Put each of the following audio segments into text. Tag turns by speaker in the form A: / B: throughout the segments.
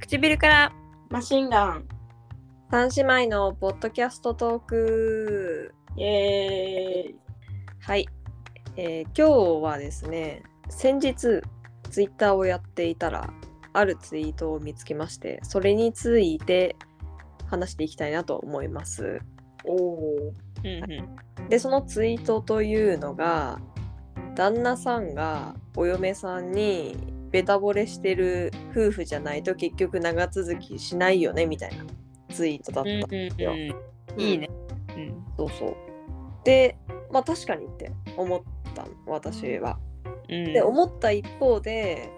A: 唇から
B: マシンガン。
A: 三姉妹のポッドキャストトーク
B: イエーイ。
A: はい、えー今日はですね先日ツイッターをやっていたらあるツイートを見つけましてそれについて話していきたいなと思います
B: おお。
A: でそのツイートというのが旦那さんがお嫁さんにベタ惚れしてる夫婦じゃないと結局長続きしないよねみたいなツイートだったんですよ。
C: いいね。うん
A: そうそうでまあ確かにって思ったの私は。
C: うん
A: で思った一方で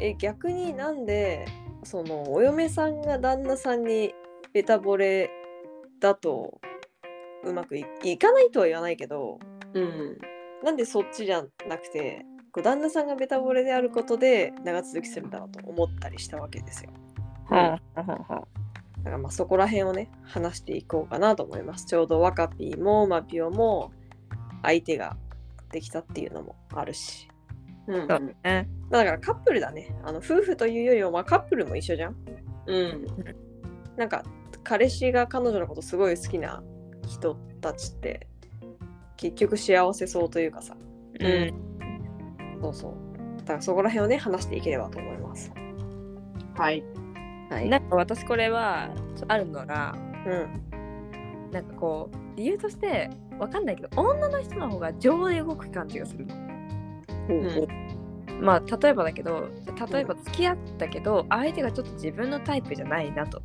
A: え逆になんでそのお嫁さんが旦那さんにベタ惚れだとうまくいいかないとは言わないけど
B: うん。
A: なんでそっちじゃなくてこう旦那さんがベタ惚れであることで長続きするんだろうと思ったりしたわけですよ。
C: はあはあはあ
A: だからまあそこら辺をね話していこうかなと思います。ちょうど若ピーもマピオも相手ができたっていうのもあるし。
B: うん
C: そうだね。
A: だからカップルだね。あの夫婦というよりもまあカップルも一緒じゃん。
B: うん。
A: なんか彼氏が彼女のことすごい好きな人たちって結局幸せそうというかさ。
C: う。
B: うん
A: そうそう。だからそこら辺をね話していければと思います。
B: はい。
A: は
C: なんか私これはちょっとあるのが
A: うん。
C: なんかこう理由としてわかんないけど女の人の方が情で動く感じがするの。
B: うん
C: まあ例えばだけど例えば付き合ったけど相手がちょっと自分のタイプじゃないなと。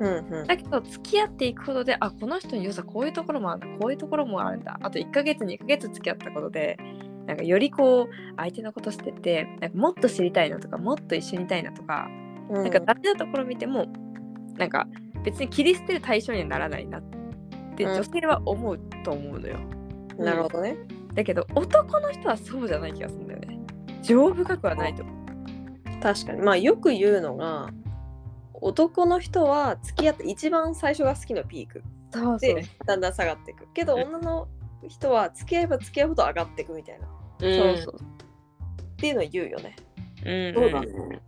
A: うんうん
C: だけど付き合っていくことであこの人の良さこういうところもあるんだこういうところもあるんだあと1ヶ月2ヶ月付き合ったことでなんかよりこう相手のことしててなんかもっと知りたいなとかもっと一緒にいたいなとか
A: うん。
C: なんかダメなところ見てもなんか別に切り捨てる対象にはならないなって
A: うん
C: 女性は思うと思うのよ、
A: なるほどね。
C: だけど男の人はそうじゃない気がするんだよね情深くはないと思う
A: 確かに。まあよく言うのが男の人は付き合って一番最初が好きのピーク
C: そうそう
A: でだんだん下がっていくけど
C: うん
A: 女の人は付き合えば付き合うほど上がっていくみたいなっ
C: そ
B: そうう
C: そ
B: そうう。
A: ていうのを言うよね。
C: うん
B: そうだね。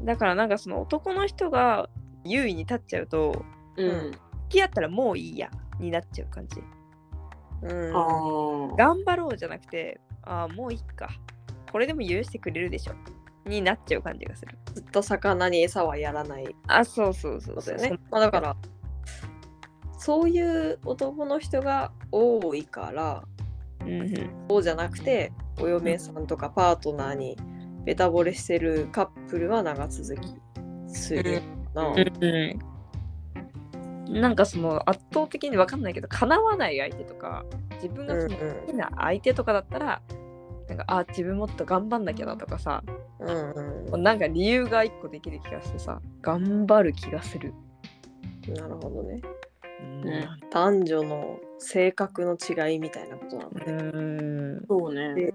C: だからなんかその男の人が優位に立っちゃうと
B: うん。
C: 付き合ったらもういいやになっちゃう感じ
A: うん。
B: ああ。
C: 頑張ろうじゃなくてああもういいかこれでも許してくれるでしょになっちゃう感じがする
A: ずっと魚に餌はやらない
C: あそうそうそう
A: こ
C: そ
A: と
C: う
A: だよね。まあ、だからそういう男の人が多いから
C: うんうん
A: そうじゃなくてお嫁さんとかパートナーにベタ惚れしてるカップルは長続きするな。
C: うん、なんかその圧倒的に分かんないけど叶わない相手とか自分がその
A: うんうん
C: 好きな相手とかだったら、なんかあ自分もっと頑張んなきゃなとかさ
A: うんう
C: なんか理由が一個できる気がしてさ頑張る気がする、
A: ん、なるほどね。
C: うん
B: ね
A: 男女の性格の違いみたいなことなのね。
C: うん
B: そうね。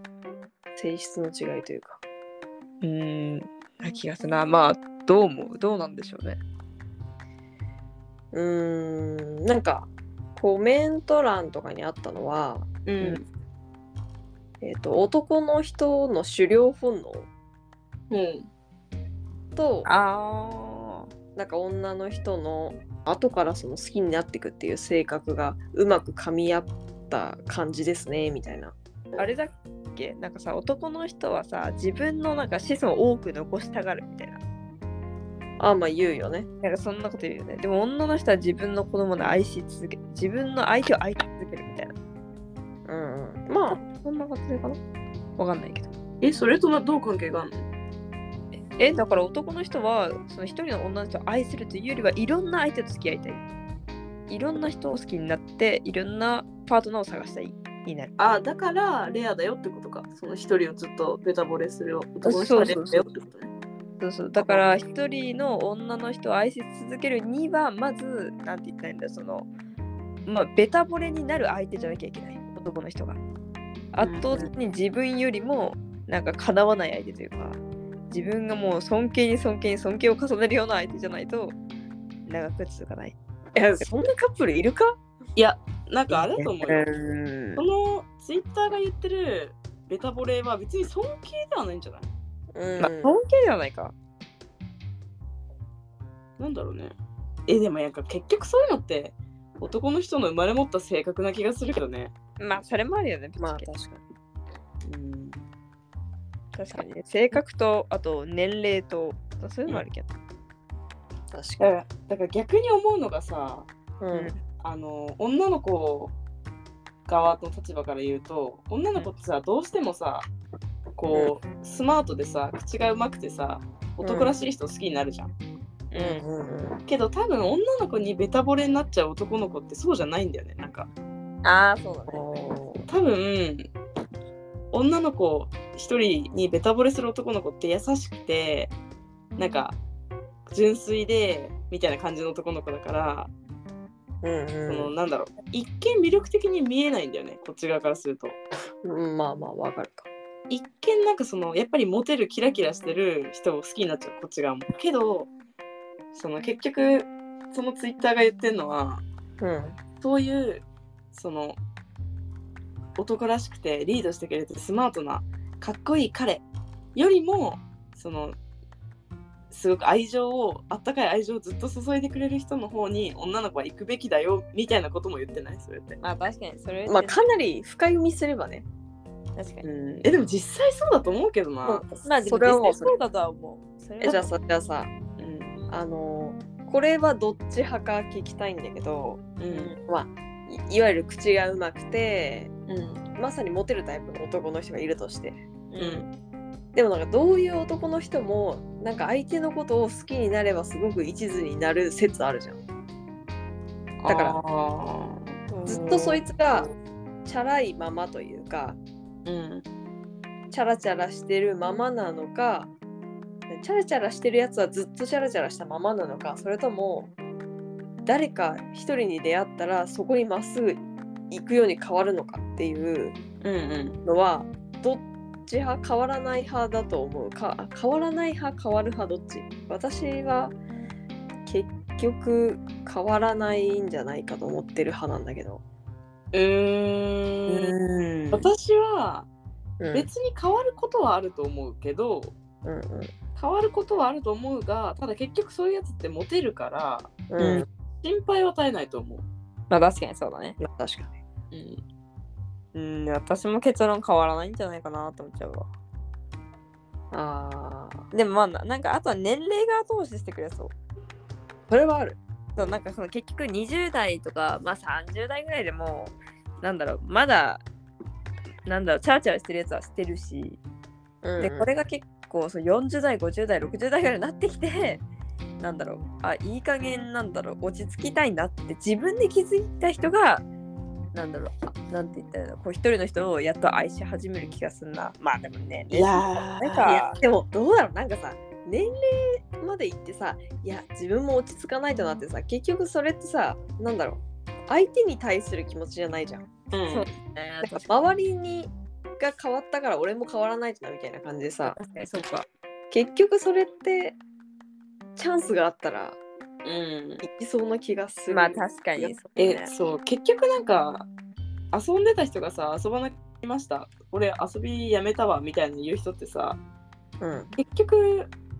A: 性質の違いというか。
C: うんな気がするなまあどう思うどうなんでしょうね
A: うーんなんかコメント欄とかにあったのは、
B: うん。
A: えー、と男の人の狩猟本能
B: うん。
A: と
C: あ
A: なんか女の人の後からその好きになっていくっていう性格がうまく噛み合った感じですねみたいな。
C: あれだっけなんかさ男の人はさ自分のなんか子孫を多く残したがるみたいな
A: あまあ言うよね。
C: なんかそんなこと言うよね。でも女の人は自分の子供の愛し続け、自分の相手を愛し続けるみたいな。
A: うんうん、まあ
C: そんな感じかなわかんないけど。
B: え、それとなどう関係があるの
C: え、だから男の人は、その一人の女の人を愛するというよりはいろんな相手と付き合いたい。いろんな人を好きになって、いろんなパートナーを探したい。になる。
B: あ、だからレアだよってことか。その一人をずっとベタ惚れする男の人はレアだよってことね。
C: そうそう。だから一人の女の人を愛し続けるには、まず、なんて言ったらいいんだ、その、まあ、ベタ惚れになる相手じゃなきゃいけない。男の人が。圧倒的に自分よりも、なんか叶わない相手というか、自分がもう尊敬に尊敬に尊敬を重ねるような相手じゃないと、長く続かない。
A: いやそんなカップルいるか
B: いや、なんかあれだと思うよ。
A: ん
B: そのツイッターが言ってるベタボレは別に尊敬ではないんじゃない
A: うん
C: まあ、尊敬ではないか。
B: なんだろうねえでもなんか結局そういうのって男の人の生まれ持った性格な気がするけどね
C: まあそれもあるよね。
A: まあ
C: ぶっち
A: 確
C: ゃ
A: か
B: うん
C: け確かにね。性格とあと年齢とまあそういうのもあるけど。
A: に確
B: だか
A: から
B: だから逆に思うのがさ
A: に、うん
B: あの女の子側の立場から言うと女の子ってさどうしてもさこうスマートでさ口がうまくてさ男らしい人好きになるじゃん、
C: う。
A: うんん
B: けど多分女の子にベタ惚れになっちゃう男の子ってそうじゃないんだよねなんか
C: ああそうだね。
A: う
B: 多分女の子一人にベタ惚れする男の子って優しくてなんか純粋でみたいな感じの男の子だから、
A: ん
B: その
A: う
B: なんだろう一見魅力的に見えないんだよねこっち側からすると。
A: んうんまあまあわかるか
B: 一見なんかそのやっぱりモテるキラキラしてる人を好きになっちゃうこっち側もけどその結局そのツイッターが言ってるのは
A: うん
B: そういうその男らしくてリードしてくれてスマートなかっこいい彼よりもそのすごく愛情をあったかい愛情をずっと注いでくれる人の方に女の子は行くべきだよみたいなことも言ってないそれって、
C: まあ確かにそれ
A: まあかなり深読みすればね
C: 確か
B: う
C: に。
B: ん、えでも実際そうだと思うけどな、
C: まあで
A: そ
C: も
A: れはもう
C: 実際そうだとは思う。それ
A: え
C: は
A: じゃあさじゃあさ
B: うん
A: あのーこれはどっち派か聞きたいんだけど
B: うん
A: まあいいわゆる口がうまくて
B: うん
A: まさにモテるタイプの男の人がいるとして
B: うん
A: でもなんかどういう男の人もなんか相手のことを好きになればすごく一途になる説あるじゃんだから
B: あー
A: ずっとそいつがチャラいままというか
B: うん
A: チャラチャラしてるままなのかチャラチャラしてるやつはずっとチャラチャラしたままなのかそれとも誰か一人に出会ったらそこにまっすぐ行くように変わるのかっていう
B: うんうん
A: のはどっち派変わらない派だと思うかあ変わらない派変わる派どっち私は結局変わらないんじゃないかと思ってる派なんだけど
B: うーん
A: うん
B: 私は
A: うん
B: 別に変わることはあると思うけど
A: うん
B: 変わることはあると思うがただ結局そういうやつってモテるから
A: うん
C: うん
B: 心配は絶えないと思う、
C: まあ確かにそうだね。
A: まあ確かに
B: うん、
C: うん私も結論変わらないんじゃないかなと思っちゃうわ。
A: ああ
C: でもまあななんかあとは年齢が後押ししてくれそう。
A: それはある
C: そうなんかその結局20代とか、まあ、30代ぐらいでもなんだろうまだなんだろうチャラチャラしてるやつはしてるし、でこれが結構そう40代50代60代ぐらいになってきて なんだろうあいい加減なんだろう落ち着きたいなって自分で気づいた人がなんだろうあなんて言ったらいいのこう一人の人をやっと愛し始める気がすんなまあでもね
B: いや
C: なん
A: い
C: か
A: やでもどうだろうなんかさ年齢までいってさいや自分も落ち着かないとなってさ結局それってさなんだろう相手に対する気持ちじゃないじゃん
B: ー、うん、
C: そうね
A: なんか周りにが変わったから俺も変わらないとなみたいな感じでさ
C: 確かにそうか
A: 結局それってチャンスがあったら
B: うん
A: いきそうな気がする。
C: まあ確かにそうね
B: えそう結局なんか遊んでた人がさ遊ばなくなりました俺遊びやめたわみたいな言う人ってさ
A: うん、
B: 結局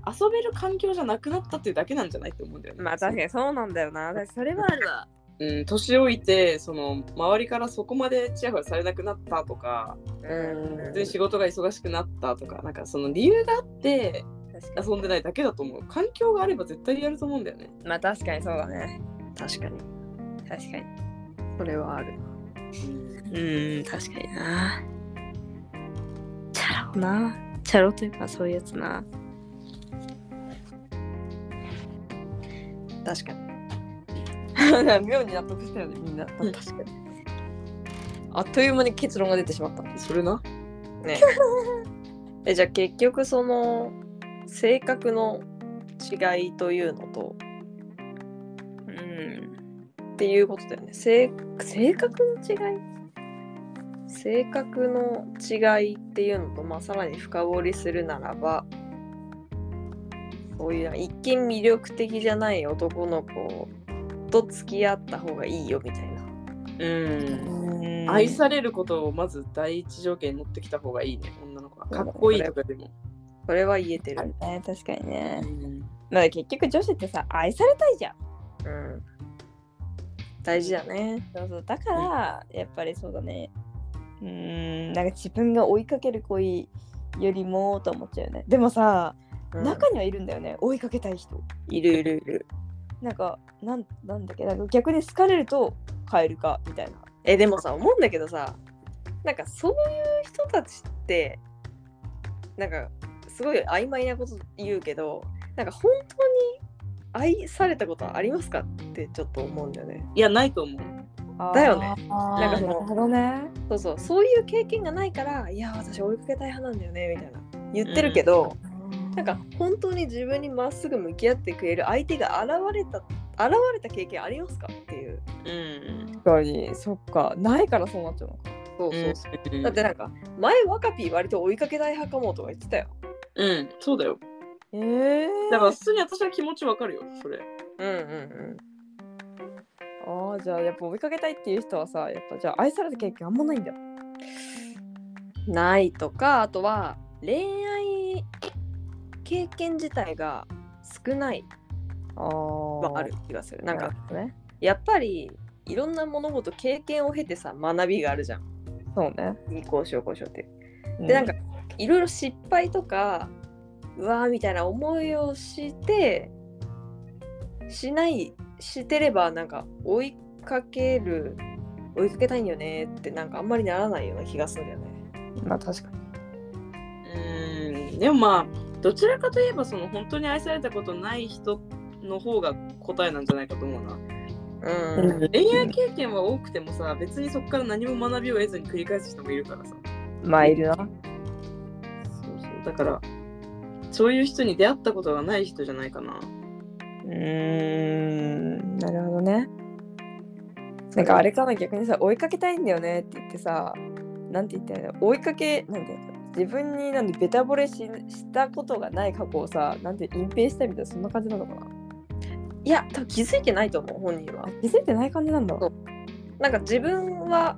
B: 遊べる環境じゃなくなったっていうだけなんじゃないって思うんだよね
C: まあ確かにそうなんだよな私それはあるわ
B: うん、年老いてその周りからそこまでチヤホヤされなくなったとか
A: うん
B: 普通に仕事が忙しくなったとかなんかその理由があって
C: 確かに
B: 遊んでないだけだと思う環境があれば絶対やると思うんだよね
C: まあ確かにそうだね。
A: 確かに
C: 確かに。
A: それはある。
C: うん、確かにな。チャロな。チャロというかそういうやつな。
A: 確かに。
C: 妙に納得したよね、みんな。
B: うん
C: 確かに。あっという間に結論が出てしまった。
B: それな
A: ね、えじゃあ結局その性格の違いというのと
C: うん。
A: っていうことだよね。性性格の違い性格の違いっていうのと、まあ、さらに深掘りするならばそういう一見魅力的じゃない男の子と付き合った方がいいよみたいな。
B: うん
C: うん
B: 愛されることをまず第一条件に持ってきた方がいいね女の子はかっこいいとかでも、
A: それは言えてる。
C: ね、確かにね。
B: うん
C: まあ結局女子ってさ愛されたいじゃん
A: うん。大事だね。
C: そうそうだからやっぱりそうだねうーんなんか自分が追いかける恋よりもと思っちゃうよねでもさ、
A: うん
C: 中にはいるんだよね追いかけたい人
A: いるいるいる。
C: なんかなんなんだっけなんか逆に好かれると変えるかみたいな
A: え、でもさ、思うんだけどさ、なんかそういう人たちって、なんかすごい曖昧なこと言うけど、なんか本当に愛されたことはありますかってちょっと思うんだよね。
B: いやないと思う
A: だよね
C: あー
A: なんかそ
C: な
A: の
C: るほどね
A: そうそう、そういう経験がないから、いや、私追いかけたい派なんだよね、みたいな。言ってるけど、なんか本当に自分にまっすぐ向き合ってくれる相手が現れた現れた経験ありますかっていう
B: うん
C: 確かにそっかないからそうなっちゃうのか
A: そうそうそう、
B: うん
A: だってなんか前若ピー割と追いかけたい派かもとか言ってたよ
B: うんそうだよ
C: ええー、
B: だから普通に私は気持ちわかるよそれ
A: うんうんうん
C: ああじゃあやっぱ追いかけたいっていう人はさやっぱじゃあ愛された経験あんまないんだよ
A: ないとかあとは恋愛経験自体が少ない
C: あ
A: はある気がする
C: な
A: なん
C: ん
A: か
C: かね
A: やっぱりいろんな物事経験を経てさ学びがあるじゃん
C: そうね
A: 二交渉交渉ってでなんかいろいろ失敗とかうわーみたいな思いをしてしないしてればなんか追いかける追いかけたいんだよねってなんかあんまりならないような気がするんだよね。
C: まあ確かに
B: うんでもまあどちらかといえばその本当に愛されたことない人の方が答えなんじゃないかと思うな
A: うん、
B: 恋愛経験は多くてもさ別にそこから何も学びを得ずに繰り返す人もいるからさ
C: まあいるな
B: そうそうだからそういう人に出会ったことがない人じゃないかな
C: うーんなるほどね。なんかあれかな逆にさ追いかけたいんだよねって言ってさなんて言ったらいいんだろう追いかけなんて自分になんでベタ惚れししたことがない過去をさなんて隠蔽したみたいなそんな感じなのかない
A: や多分気づいてないと思う本人は
C: あ。気づいてない感じなんだ
A: そうなんか自分は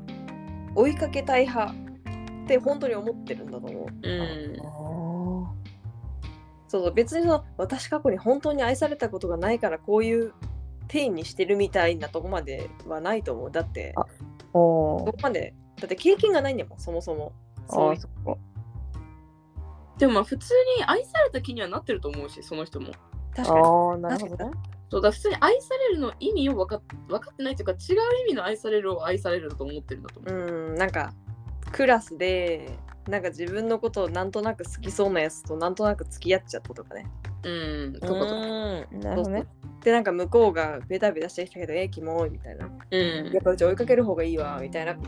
A: 追いかけたい派って本当に思ってるんだと思う。
B: うん
A: そうそう別にその私過去に本当に愛されたことがないからこういう定義にしてるみたいなとこまではないと思うだって
C: あお
A: そ
C: ー
A: こまでだって経験がないんだもんそもそも
C: あ
A: そう
C: ーそっか
B: でもまあ普通に愛された気にはなってると思うしその人も
A: 確
C: あ
A: かに
C: ーなるほどね
B: そうだから普通に愛されるの意味を分かっ分かってないというか違う意味の愛されるを愛されるだと思ってるんだと思う、
A: うんなんかクラスでなんか自分のことをなんとなく好きそうなやつとなんとなく付き合っちゃったとかね
B: うん、と
C: う
B: かとか
C: ーんなるほどね
A: でなんか向こうがベタベタしてきたけどえーキモいみたいな
B: うん
A: やっぱうち追いかける方がいいわみたいなだっ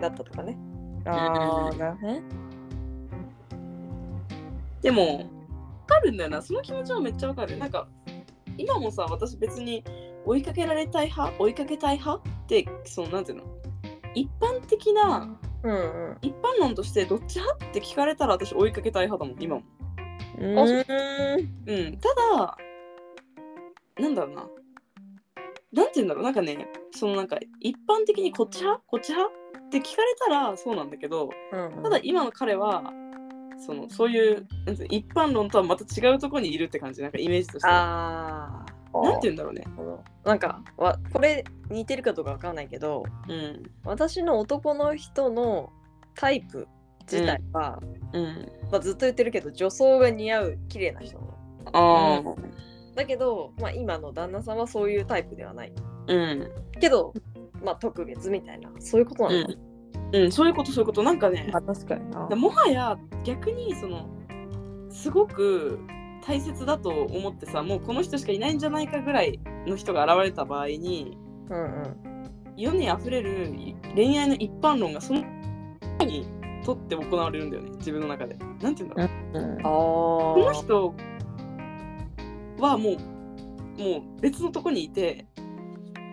A: たとかね
C: ああなるほどね
B: でも分かるんだよなその気持ちはめっちゃ分かるなんか今もさ私別に追いかけられたい派追いかけたい派ってそのなんていうの一般的な
A: うんうん
B: 一般論としてどっち派って聞かれたら私追いかけたい派だもん今も
C: う
A: あそ
C: ーん
B: うんただなんだろうななんて言うんだろうなんかねそのなんか一般的にこっち派こっち派って聞かれたらそうなんだけど
A: うん
B: ただ今の彼はそのそういうなんていうの一般論とはまた違うところにいるって感じなんかイメージとしてなんて
A: ああ
B: 言うんだろうね
A: このなんかわこれ似てるかどうかわかんないけど
B: うん
A: 私の男の人のタイプ自体は、
B: うん
A: まあ、ずっと言ってるけど女装が似合う綺麗な人なの
B: ああ
A: だけど、まあ、今の旦那さんはそういうタイプではない
B: うん
A: けど、まあ、特別みたいなそういうことな
B: う
A: の、
B: ん、うん、そういうことそういうことなんかね
C: あ確かにな
B: もはや逆にそのすごく大切だと思ってさもうこの人しかいないんじゃないかぐらいの人が現れた場合に
A: うんうん
B: 世にあふれる恋愛の一般論がその人にとって行われるんだよね自分の中で。なんていうんだろう
C: うん
A: あ
B: この
A: ー
B: 人はもうもう別のとこにいて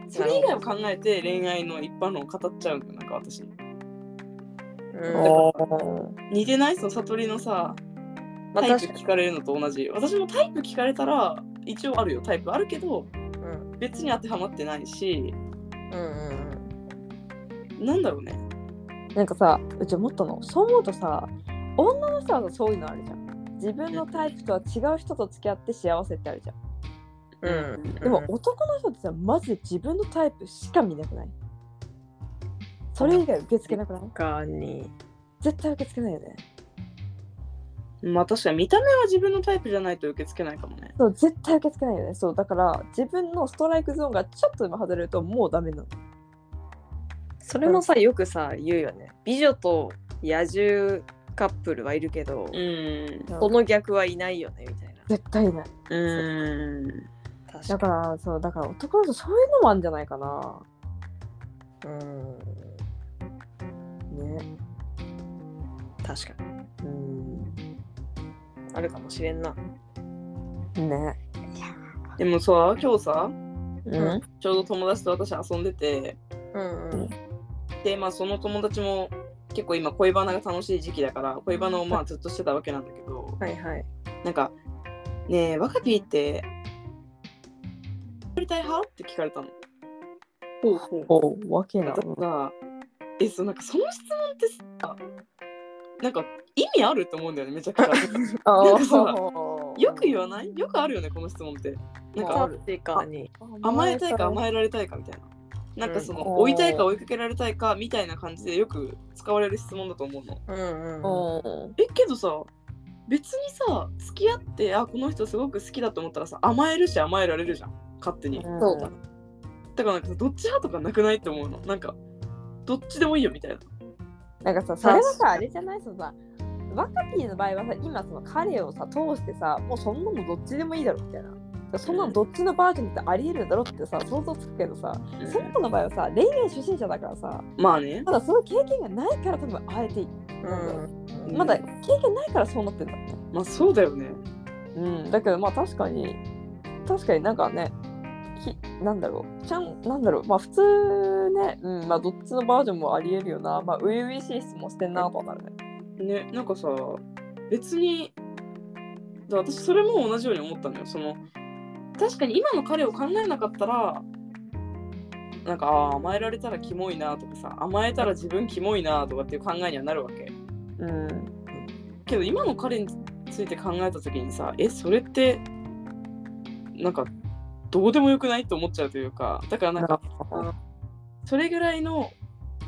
B: それ以外を考えて恋愛の一般論を語っちゃうんだよなんか私。
A: うん
C: あー
B: 似てないその悟りのさ
A: まあ
B: タイ
A: 確
B: プ
A: かに
B: 聞かれるのと同じ私もタイプ聞かれたら一応あるよタイプあるけど
A: うん
B: 別に当てはまってないし
A: うんうん
B: なんだろうね
C: なんかさうち思ったのそう思うとさ女の人はそういうのあるじゃん自分のタイプとは違う人と付き合って幸せってあるじゃん
A: うん。
C: でも男の人ってさマジで自分のタイプしか見なくないそれ以外受け付けなくない
A: 他に。
C: 絶対受け付けないよね
B: まあ確かに見た目は自分のタイプじゃないと受け付けないかもね。
C: そう絶対受け付けないよねそうだから自分のストライクゾーンがちょっとでも外れるともうダメなの
A: それもさ、よくさ、言うよね。美女と野獣カップルはいるけど、
B: うん。
A: その逆はいないよね、みたいな。
C: 絶対いない
B: うん。
A: 確
C: だ
A: か
C: からそうだから男の人そういうのもあるんじゃないかな
A: に。うん。
C: ね
A: 確かに。
C: うん
A: あるかもしれんな。
C: ね
B: でもさ、今日さ、
C: うん
B: ちょうど友達と私遊んでて、
A: うんうん。
B: で、まあその友達も結構今恋バナが楽しい時期だから、恋バナをまあずっとしてたわけなんだけど、
A: はいはい。
B: なんか、ねえ、ワカピーって、やりたい派って聞かれたの。
A: ほうほう。
C: おうわけな
B: だから、え、そうなんかその質問ってさ、なんか意味あると思うんだよね、めちゃくち ゃ。
C: あ
B: なんかさよ
C: よ
B: く言わないよくあるよね、この質問って。なんか、
A: 確かに。
B: 甘えたいか甘えられたいかみたいな。なんかその、
C: うん
B: 追いたいか追いかけられたいかみたいな感じでよく使われる質問だと思うの。
A: うんうん。
C: うん
B: え、けどさ、別にさ、付き合って、あ、この人すごく好きだと思ったらさ、甘えるし甘えられるじゃん、勝手に。
C: ん
A: そうだ
B: だからなんか、どっち派とかなくないって思うの。なんか、どっちでもいいよみたいな。
C: なんかさそれはさあれじゃないそのさワカピーの場合はさ今その彼をさ通してさもうそんなのどっちでもいいだろみたいなだからそんなのどっちのバージョンってありえるんだろってさ想像つくけどさ
B: うん
C: その子の場合はさ恋愛初心者だからさ
B: まあね。
C: ただその経験がないから多分あえて
A: うん。
C: まだ経験ないからそうなってんだって
B: まあそうだよね。
C: うん、だけどまあ確かに確かになんかねひなんだろうちゃんなんだろうまあ普通ね、うんまあ、どっちのバージョンもありえるよなまあ初々しい質問してんなとはなるね
B: ねなんかさ別にだ私それも同じように思ったのよその確かに今の彼を考えなかったらなんかあー甘えられたらキモいなとかさ甘えたら自分キモいなとかっていう考えにはなるわけ
C: うん
B: けど今の彼について考えた時にさえそれってなんかどうでもよくないって思っちゃうというかだからなんかそれぐらいの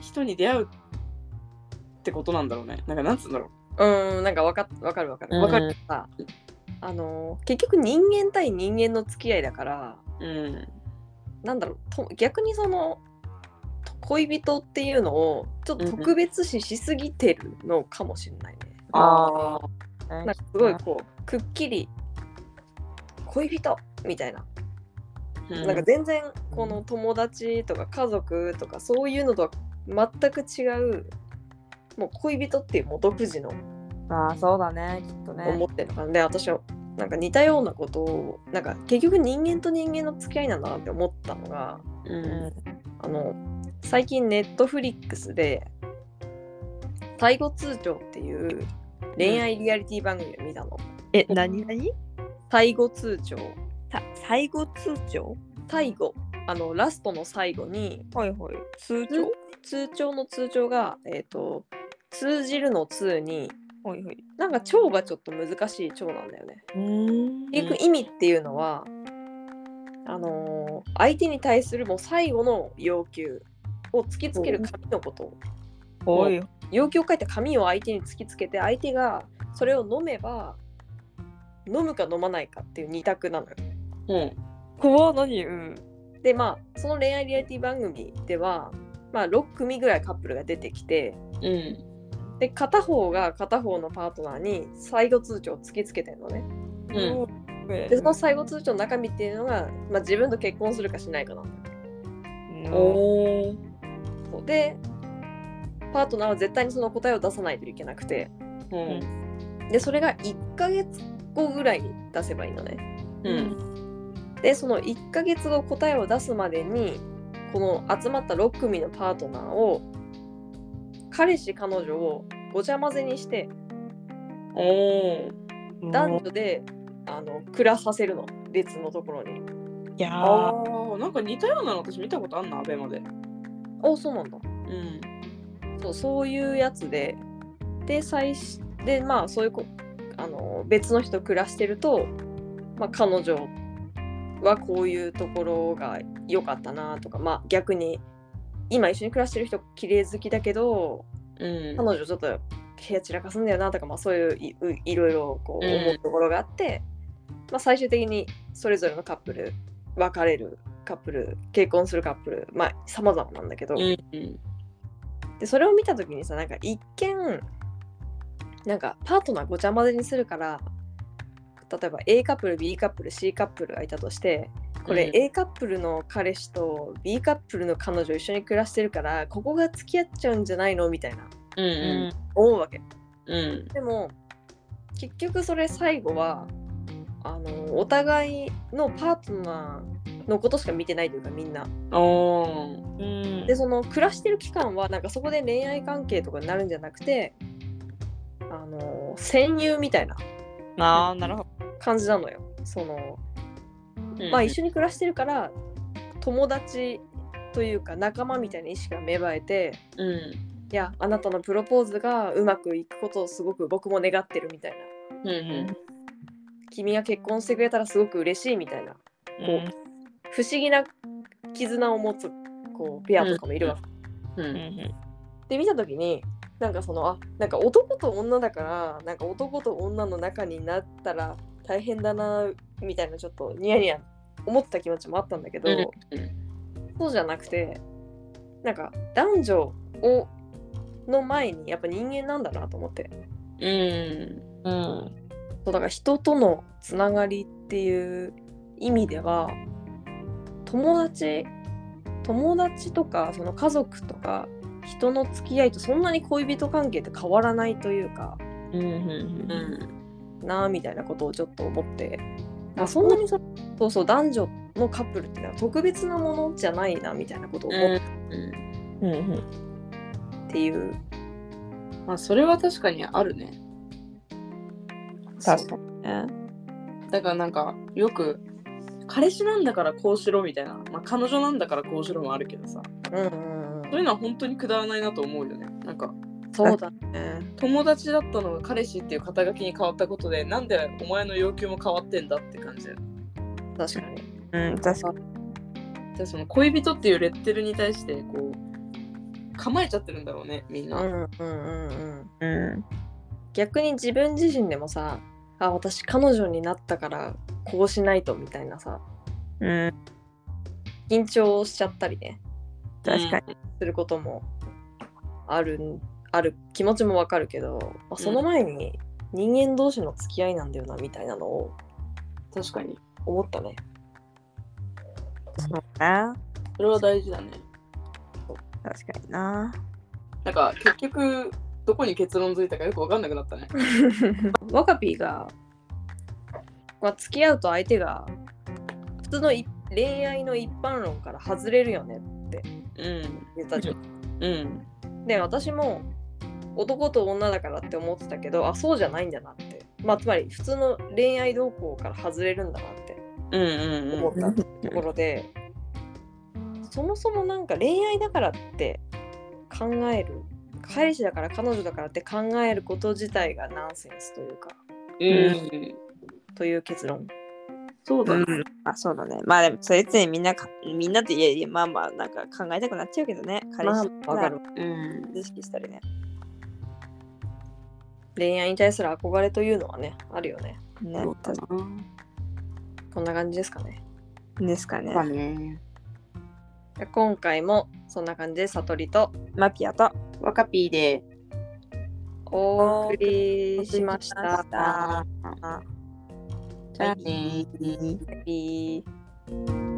B: 人に出会うってことなんだろうねなんかなんつうんだろ
A: うん、なんかわかわかるわかる。
C: うん
A: わかるさ、あのー結局人間対人間の付き合いだから、
B: ううん
A: なんだろうと逆にそのと恋人っていうのをちょっと特別視しすぎてるのかもしれないね。
B: ああ
C: な
A: なんかすごいこうくっきり恋人みたいな、なんか全然この友達とか家族とかそういうのとは全く違う。もう恋人っていうもう独自の
C: ああそうだねきっと
A: 思
C: ね
A: ってたので私はなんか似たようなことをなんか結局人間と人間の付き合いなんだなって思ったのが
B: う
C: うんん
A: あの最近ネットフリックスで「最後通帳」っていう恋愛リアリティ番組を見たの。
C: え何何
A: 最後通帳
C: さ最後通帳
A: 最後あのラストの最後に
C: はいはい通
A: 帳通帳の通帳が、えー、と通じるの通に
C: はいはい
A: なんか腸がちょっと難しい腸なんだよね。
C: うん
A: 結局意味っていうのは、あのー相手に対するもう最後の要求を突きつける紙のこと
C: おい
A: 要求を書いた紙を相手に突きつけて相手がそれを飲めば飲むか飲まないかっていう二択なのよ。
B: うん
C: 怖何うん
A: でまあその恋愛リアリティ番組では、まあ、6組ぐらいカップルが出てきて
B: うん
A: で片方が片方のパートナーに最後通帳を突きつけてるのね。
B: うん
A: でその最後通帳の中身っていうのが、まあ、自分と結婚するかしないかなのよ
B: おー
A: そうでパートナーは絶対にその答えを出さないといけなくて
B: うん
A: でそれが1ヶ月後ぐらいに出せばいいのね
B: うん
A: でその1ヶ月後答えを出すまでにこの集まった6組のパートナーを彼氏彼女をごちゃ混ぜにして
B: おー
A: 男女であの暮らさせるの別のところに
C: いや
B: あーなんか似たようなの私見たことあんなアベマで
A: おそうなんだ
B: うん
A: そうそういうやつでで最しでまあそういうこあのの別の人と暮らしてると、まあ、彼女はこういうところが良かったなとか、まあ、逆に今一緒に暮らしてる人綺麗好きだけど
B: うん
A: 彼女ちょっと部屋散らかすんだよなとか、まあ、そういういいいろいろこう
B: うん
A: 思うところがあって、まあ、最終的にそれぞれのカップル別れるカップル結婚するカップルまあ様々なんだけど、
B: うん
A: でそれを見た時にさなんか一見なんかパートナーごちゃ混ぜにするから例えば A カップル B カップル C カップルがいたとしてこれ
B: うん
A: A カップルの彼氏と B カップルの彼女一緒に暮らしてるからここが付き合っちゃうんじゃないのみたいな
B: うんうん
A: 思うわけ
B: うん
A: でも結局それ最後はあのお互いのパートナーのことしか見てないというかみんな
B: おー
C: うん
A: でその暮らしてる期間はなんかそこで恋愛関係とかになるんじゃなくてあの戦友みたいな
B: あーなるほど
A: 感じなのよそのまあ一緒に暮らしてるから友達というか仲間みたいな意識が芽生えて
B: うんうん
A: いやあなたのプロポーズがうまくいくことをすごく僕も願ってるみたいな
B: うん
A: 君が結婚してくれたらすごく嬉しいみたいな
C: うん
A: 不思議な絆を持つこうペアとかもいるわけ
B: うんう
C: うんん
A: で見た時になんかそのあなんか男と女だからなんか男と女の中になったら大変だなみたいなちょっとニヤニヤ思ってた気持ちもあったんだけど、
B: うん
A: そうじゃなくてなんか男女をの前にやっぱ人間なんだなと思って
B: うん
C: うん
A: そうだから人とのつながりっていう意味では友達友達とかその家族とか人の付き合いとそんなに恋人関係って変わらないというか
C: うん
B: うん
A: なあみたいなことをちょっと思って、まあ、そんなにそそうそう男女のカップルってのは特別なものじゃないなみたいなことを思っ
B: うん
C: うん
A: ていう、
B: まあそれは確かにあるね
C: 確かにね
B: だからなんかよく彼氏なんだからこうしろみたいな、まあ、彼女なんだからこうしろもあるけどさ
A: うんうんう
B: そ
A: ん
B: ういうのは本当にくだらないなと思うよねなんか
A: そうだね
B: 友達だったのが彼氏っていう肩書きに変わったことでなんでお前の要求も変わってんだって感じだよ
A: 確かに
C: うん確かに
B: でその恋人っていうレッテルに対してこう構えちゃってるんだろうねみん
A: うん
B: な、
A: うんうんうん
C: うん
A: 逆に自分自身でもさあ私彼女になったからこうしないとみたいなさ
C: うん
A: 緊張しちゃったりね
C: 確かに
A: することもあるんある気持ちもわかるけど、まあ、その前に人間同士の付き合いなんだよなみたいなのを
B: 確かに
A: 思ったね。
C: そうね
B: それは大事だね
C: 確かにな
B: なんか結局どこに結論づいたかよく分かんなくなったね
A: ワカピーが、まあ、付き合うと相手が普通のい恋愛の一般論から外れるよね
B: うん
A: 言ったじゃん。
B: うん
A: で私も男と女だからって思ってたけどあそうじゃないんだなってまあつまり普通の恋愛動向から外れるんだなって
B: うんうんうん
A: 思ったところで、そもそもなんか恋愛だからって考える彼氏だから彼女だからって考えること自体がナンセンスというか
B: うん
A: という結論
B: そうだね。
C: うんまあそうだねまあでもそれつにみんなかみんなっていやいやまあまあなんか考えたくなっちゃうけどね彼氏
A: まあわかる
B: うん。
C: 意識したりね
A: 恋愛に対する憧れというのはねあるよね
C: ね確か
A: こんな感じですかね
C: にですかね
B: だね。
A: じゃあ今回もそんな感じで悟りと
C: マピアと
B: 若ピーで。
A: お送りしました。
C: ああ
B: じゃあ
A: バ
B: ね
A: イビー